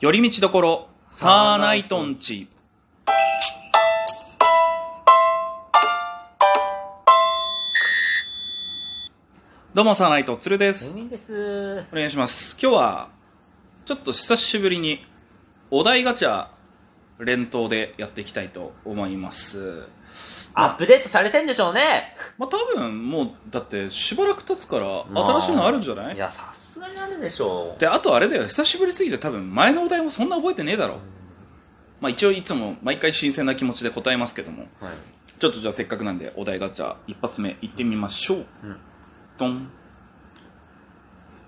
寄り道どころ、サーナイトンチ。どうも、サーナイト、つるです。ミンです。お願いします。今日は、ちょっと久しぶりに、お題ガチャ、連投でやっていきたいと思います。アップデートされてんでしょうね。まあ、多分、もう、だって、しばらく経つから、まあ新しいのあるんじゃないいや、さすがにあるでしょう。で、あとあれだよ、久しぶりすぎて多分、前のお題もそんな覚えてねえだろ。まあ、一応いつも、毎回新鮮な気持ちで答えますけども。はい。ちょっとじゃあせっかくなんでお題ガチャ一発目行ってみましょう。うんドン。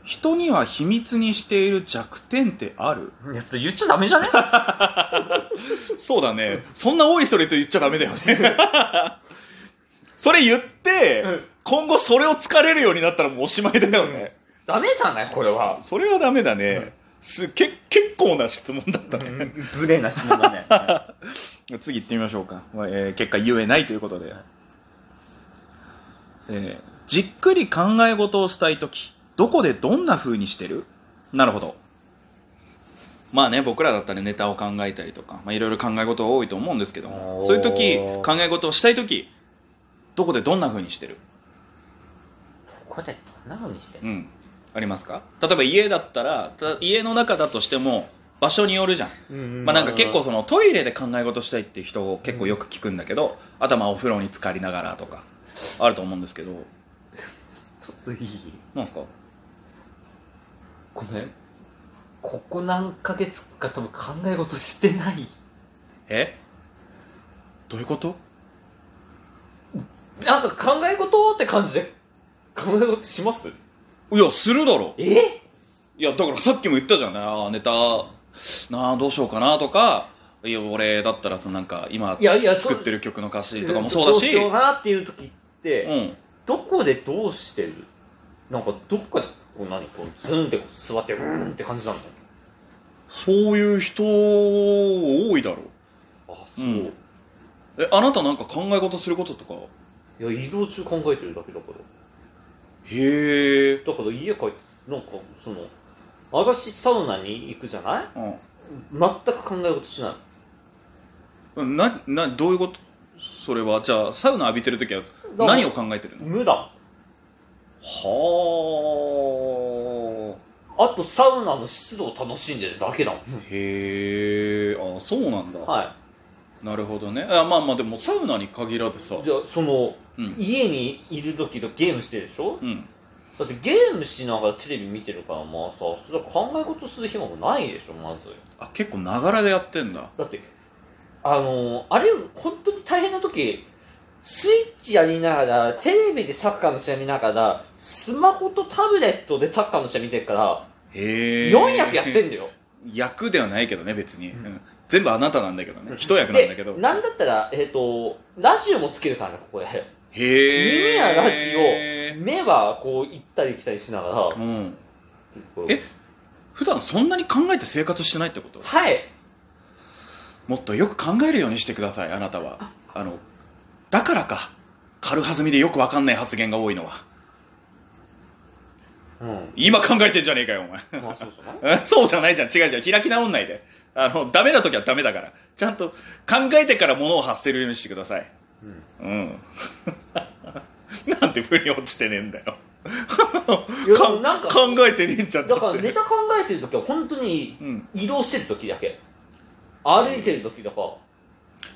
人には秘密にしている弱点ってあるいや、それ言っちゃダメじゃね そうだね。そんな多いそれと言っちゃダメ だよね。それ言って、今後それを疲れるようになったらもうおしまいだよね。 ダメじゃないこれは。それはダメだね。うんすけ結構な質問だったね。無礼な質問だね。次行ってみましょうか、まあえー結果言えないということで、えーじっくり考え事をしたい時どこでどんな風にしてるなるほどまあね僕らだったらネタを考えたりとかまあいろいろ考え事多いと思うんですけどもおーそういう時考え事をしたい時どこでどんな風にしてるここでどんな風にしてうるんありますか例えば家だったらた家の中だとしても場所によるじゃんまあなんか結構そのトイレで考え事したいっていう人を結構よく聞くんだけど、あとはまあお風呂に浸かりながらとかあると思うんですけどちょっといいなんですかごめん。ここ何ヶ月か多分考え事してない。えどういうことなんか考え事って感じで考え事しますいやするだろえいやだからさっきも言ったじゃんあーネタなあどうしようかなとかいや俺だったらそのなんか今いやいや、作ってるる曲の歌詞とかもそうだどうししようなっていう時って、うんどこでどうしてるなんかどっかでこう何こうズンってこう座ってうーんって感じなんだそういう人多いだろあそう、うんえあなたなんか考え事することとかいや移動中考えてるだけだからへえだから家帰ってなんかその私サウナに行くじゃないうん全く考え事しないうんななどういうことそれはじゃあサウナ浴びてる時はだから何を考えてるの無だはあとサウナの湿度を楽しんでるだけだもん、あへえあそうなんだ、はなるほどねあまあまあでもサウナに限らずさいじゃあそのうん、家にいる時とゲームしてるでしょうん、だってゲームしながらテレビ見てるからまあさそれは考え事する暇もないでしょまずあ結構ながらでやってんだだってあのーあれ本当に大変な時スイッチやりながらテレビでサッカーの試合見ながらスマホとタブレットでサッカーの試合見てるから、へえ4役やってんんだよ役ではないけどね別に、うんうん全部あなたなんだけどね一役なんだけでどなんだったら、えっとラジオもつけるからねここでへえ耳やラジ目はこう行ったり来たりしながらうんこうえ普段そんなに考えて生活してないってことはいもっとよく考えるようにしてくださいあなたはあのだからか軽はずみでよくわかんない発言が多いのはうん今考えてんじゃねえかよお前 まあそうじゃないえそうじゃないじゃん違う違う開き直んないであのダメな時はダメだからちゃんと考えてから物を発せるようにしてくださいうんうんなんで腑に落ちてねえんだよい やかでもなんか考えてねえんじゃんだからってネタ考えてる時は本当にうん、移動してる時だけ歩いてる時だから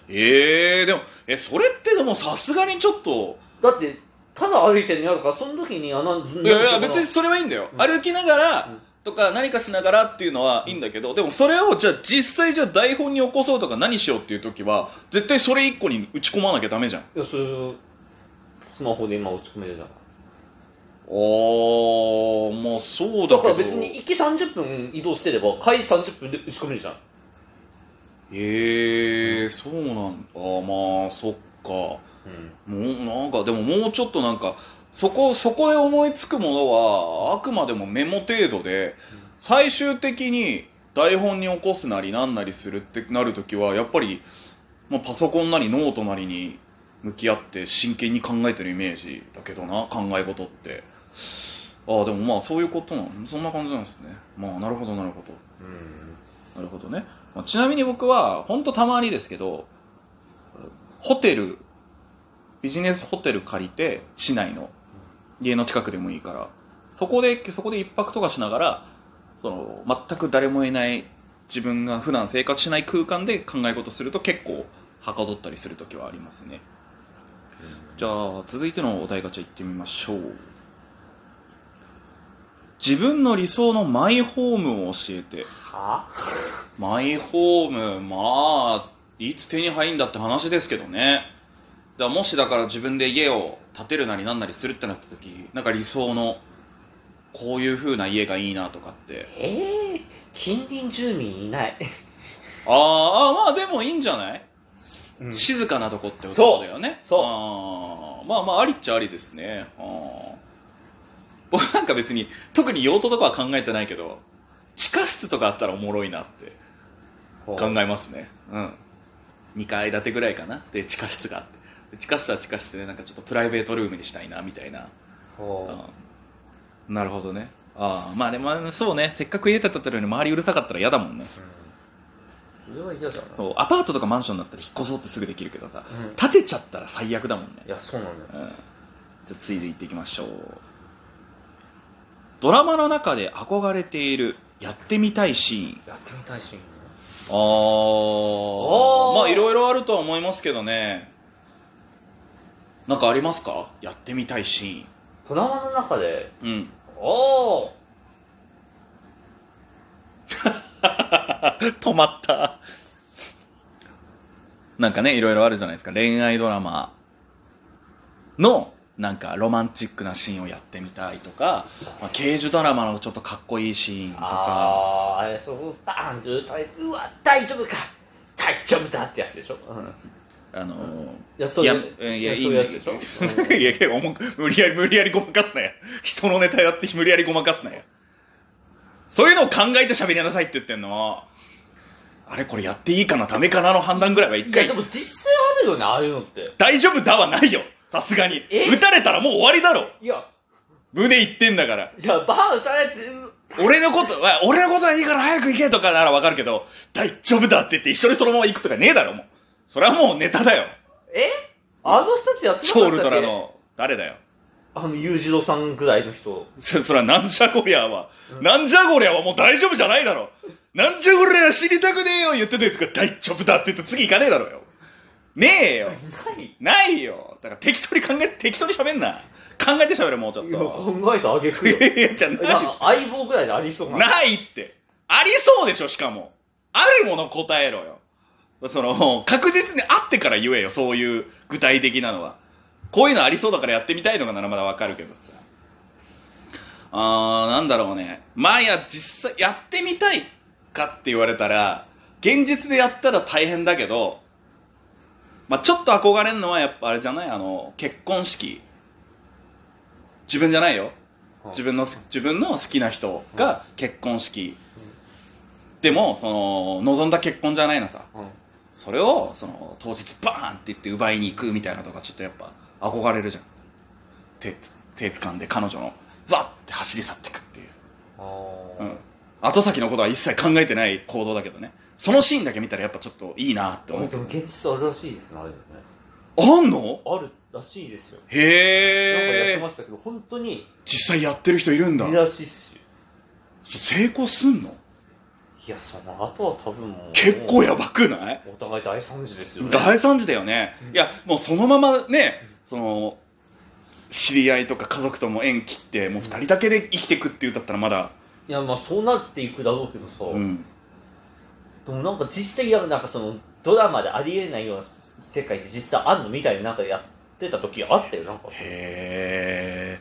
ええでもえそれってでもさすがにちょっとだって、ただ歩いてるのやるから、その時に、あ、なんいやいや別にそれはいいんだよ、うん歩きながら、うんとか何かしながらっていうのはいいんだけど、でもそれをじゃあ実際じゃあ台本に起こそうとか何しようっていう時は絶対それ一個に打ち込まなきゃダメじゃんいや、それを、スマホで今打ち込めるじゃん。おーまあそうだけどだから別に、行き30分移動してれば、帰り30分で打ち込めるじゃん。へえー、そうなんだあーまあそっかうん。もうなんかでももうちょっとなんかそこそこで思いつくものはあくまでもメモ程度で最終的に台本に起こすなりなんなりするってなるときはやっぱり、まあ、パソコンなりノートなりに向き合って真剣に考えてるイメージだけどな考え事ってああでもまあそういうことなのそんな感じなんですねまあなるほどなるほどうん。なるほどね。まあちなみに僕は、ほんとたまにですけど、ホテル、ビジネスホテル借りて、市内の、家の近くでもいいから、そこで、そこで一泊とかしながら、その、全く誰もいない、自分が普段生活しない空間で考え事すると結構、はかどったりする時はありますね。じゃあ、続いてのお題ガチャ行ってみましょう。自分の理想のマイホームを教えて。はマイホーム、まあ、いつ手に入んだって話ですけどね。だからもしだから自分で家を建てるなりなんなりするってなった時、なんか理想の、こういう風な家がいいなとかって。ええ近隣住民いない。あーあー、まあでもいいんじゃない、うん静かなとこってことだよね。そうそうあーまあまあ、ありっちゃありですね。あー僕なんか別に、特に用途とかは考えてないけど、地下室とかあったらおもろいなって。考えますねうん2階建てぐらいかなで地下室があってで地下室は地下室でなんかちょっとプライベートルームにしたいなみたいな、ほううん、なるほどねああまあでもあのそうねせっかく家建てたのに周りうるさかったら嫌だもんねそれは嫌だな。そうアパートとかマンションだったら引っ越そうってすぐできるけどさうん。建てちゃったら最悪だもんねいや、そうなんだよ。うんじゃあ次でいっていきましょうドラマの中で憧れているやってみたいシーンやってみたいし。あーーまあいろいろあるとは思いますけどねなんかありますかやってみたいシドラマの中で、ーンうんおー止まったなんかねいろいろあるじゃないですか恋愛ドラマのなんかロマンチックなシーンをやってみたいとか、まあ、刑事ドラマのちょっとかっこいいシーンとかあー、あれ、そこ、バーンって打たれて、うわ、大丈夫か大丈夫だってやつでしょ。うん。いあのーや、そういやいう、うんいいややいそういんいうだけやつでしどょ。いやいやおも無理やり無理やりごまかすなよ人のネタやって無理やりごまかすなよそういうのを考えて喋りなさいって言ってんのあれこれやっていいかなダメかなの判断ぐらいは一いや、回でも実際あるよね、ああいうのって。大丈夫だはないよさすがにえ撃たれたらもう終わりだろいや、胸いってんだからいや、バーン打たれて、う俺のことは俺のことはいいから早く行けとかならわかるけど大丈夫だって言って一緒にそのまま行くとかねえだろもうそれはもうネタだよえあの人たちやってなか超ウったっけルトラの誰だよあの、裕次郎さんぐらいの人。 そそら、なんじゃこりゃは。うんなんじゃこりゃはもう大丈夫じゃないだろ。なんじゃこりゃ知りたくねえよ言ってたやつが大丈夫だって言って次行かねえだろよ。ねえよ。ないないよ。だから適当に考え、適当に喋んな。考えて喋れ、もうちょっいや、と。考えたあげくい よ。やいや、じゃないなんか相棒ぐらいでありそうな。ないって。ありそうでしょ、しかも。あるもの答えろよ。その、確実にあってから言えよ、そういう具体的なのは。こういうのありそうだからやってみたいのかならまだわかるけどさ。あー、なんだろうね。まあいや、実際、やってみたいかって言われたら、現実でやったら大変だけど、まあちょっと憧れるのはやっぱあれじゃないあの、結婚式。自分じゃないよ。自分のす自分の好きな人が結婚式、でもその望んだ結婚じゃないのさうん。それをその当日バーンって言って奪いに行くみたいなのとかちょっとやっぱ憧れるじゃん手つ手掴んで彼女のわって走り去ってくっていう、あーうん、後先のことは一切考えてない行動だけどねそのシーンだけ見たらやっぱちょっといいなって思うでも現実あるらしいですね、あれね。あんのあるらしいですよ。なんかやへってえましたけど、本当に、実際やってる人いるんだいいらしいっすよ。成功すんのいや、その後は多分もう。結構やばくないお互い大惨事ですよね。大惨事だよね、うんいやもうそのままねうんその知り合いとか家族とも縁切ってもう2人だけで生きてくっていうんだったらまだいや、まあそうなっていくだろうけどさ。うんでもなんか実際やるなんかそのドラマでありえないような世界で実際あんのみたいになんかやってた時あったよなんかへえ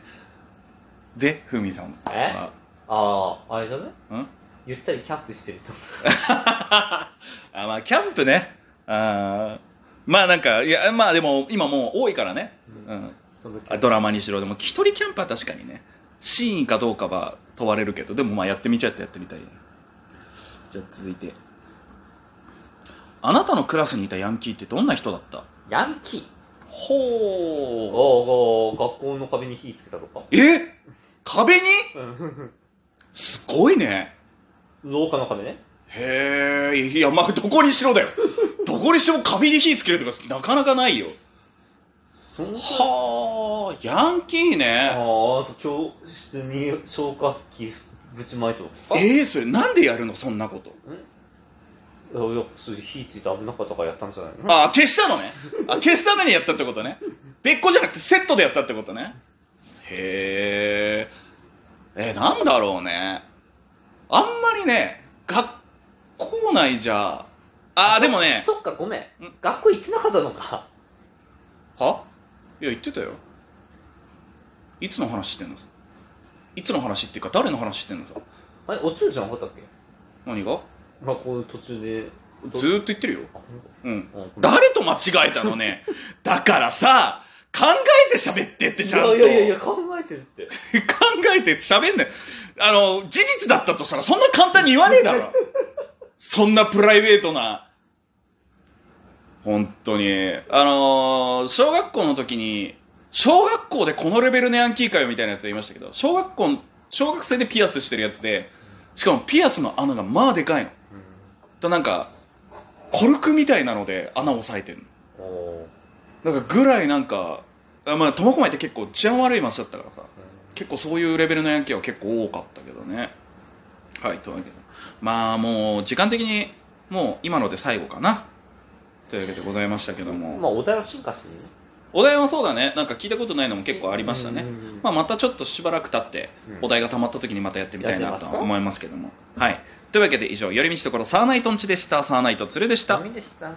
でふみさんえはあああれだねうんゆったりキャンプしてるとあまあキャンプねあーまあなんかいやまあでも今もう多いからね、 思う、うん、その時あドラマにしろでも一人キャンプは確かにねシーンかどうかは問われるけどでもまあやってみちゃってやってみたいじゃあ続いてあなたのクラスにいたヤンキーってどんな人だったヤンキーほうおーおー学校の壁に火つけたとかえ壁にうんすごいね廊下の壁ねへえいやまあどこにしろ だよどこにしろカビに火つけるとかなかなかないよそんなはあヤンキーあねーあと教室に消火器ぶちまいたとかええそれなんでやるのそんなこといやいやそれ火ついて危なかったからやったんじゃないのあ消したのねあ消すためにやったってことね別個じゃなくてセットでやったってことねへええなんだろうねあんまりね学校内じゃあーでもねそっかごめんん学校行ってなかったのかはいや言ってたよいつの話してんのさいつの話っていうか誰の話してんのさあれお通じゃなかったっけ何がまあこう途中でどずーっと言ってるよあ本うん当うんごめん誰と間違えたのねだからさ考えて喋ってってちゃんといやいやいや考えてるって 考えて喋んない。あの、事実だったとしたらそんな簡単に言わねえだろ。そんなプライベートな。本当に。あのー小学校の時に、小学校でこのレベルのヤンキーかよみたいなやつがいましたけど、小学校の、小学生でピアスしてるやつで、しかもピアスの穴がまあでかいの。だなんか、コルクみたいなので穴を塞いてるうんおーの。なんかぐらいなんか、あまあ、苫小牧って結構治安悪い街だったからさ。結構そういうレベルのヤンキーは結構多かったけどね。はい、というわけで。まあもう時間的にもう今ので最後かな。というわけでございましたけども。まあお題は進化してるねお題はそうだね。なんか聞いたことないのも結構ありましたね。うんうんうんまあまたちょっとしばらく経ってうんお題が溜まった時にまたやってみたいなとやってますか思いますけども。はい。というわけで以上、寄り道ところサーナイトンチでした。サーナイトツルでしたダ。メでした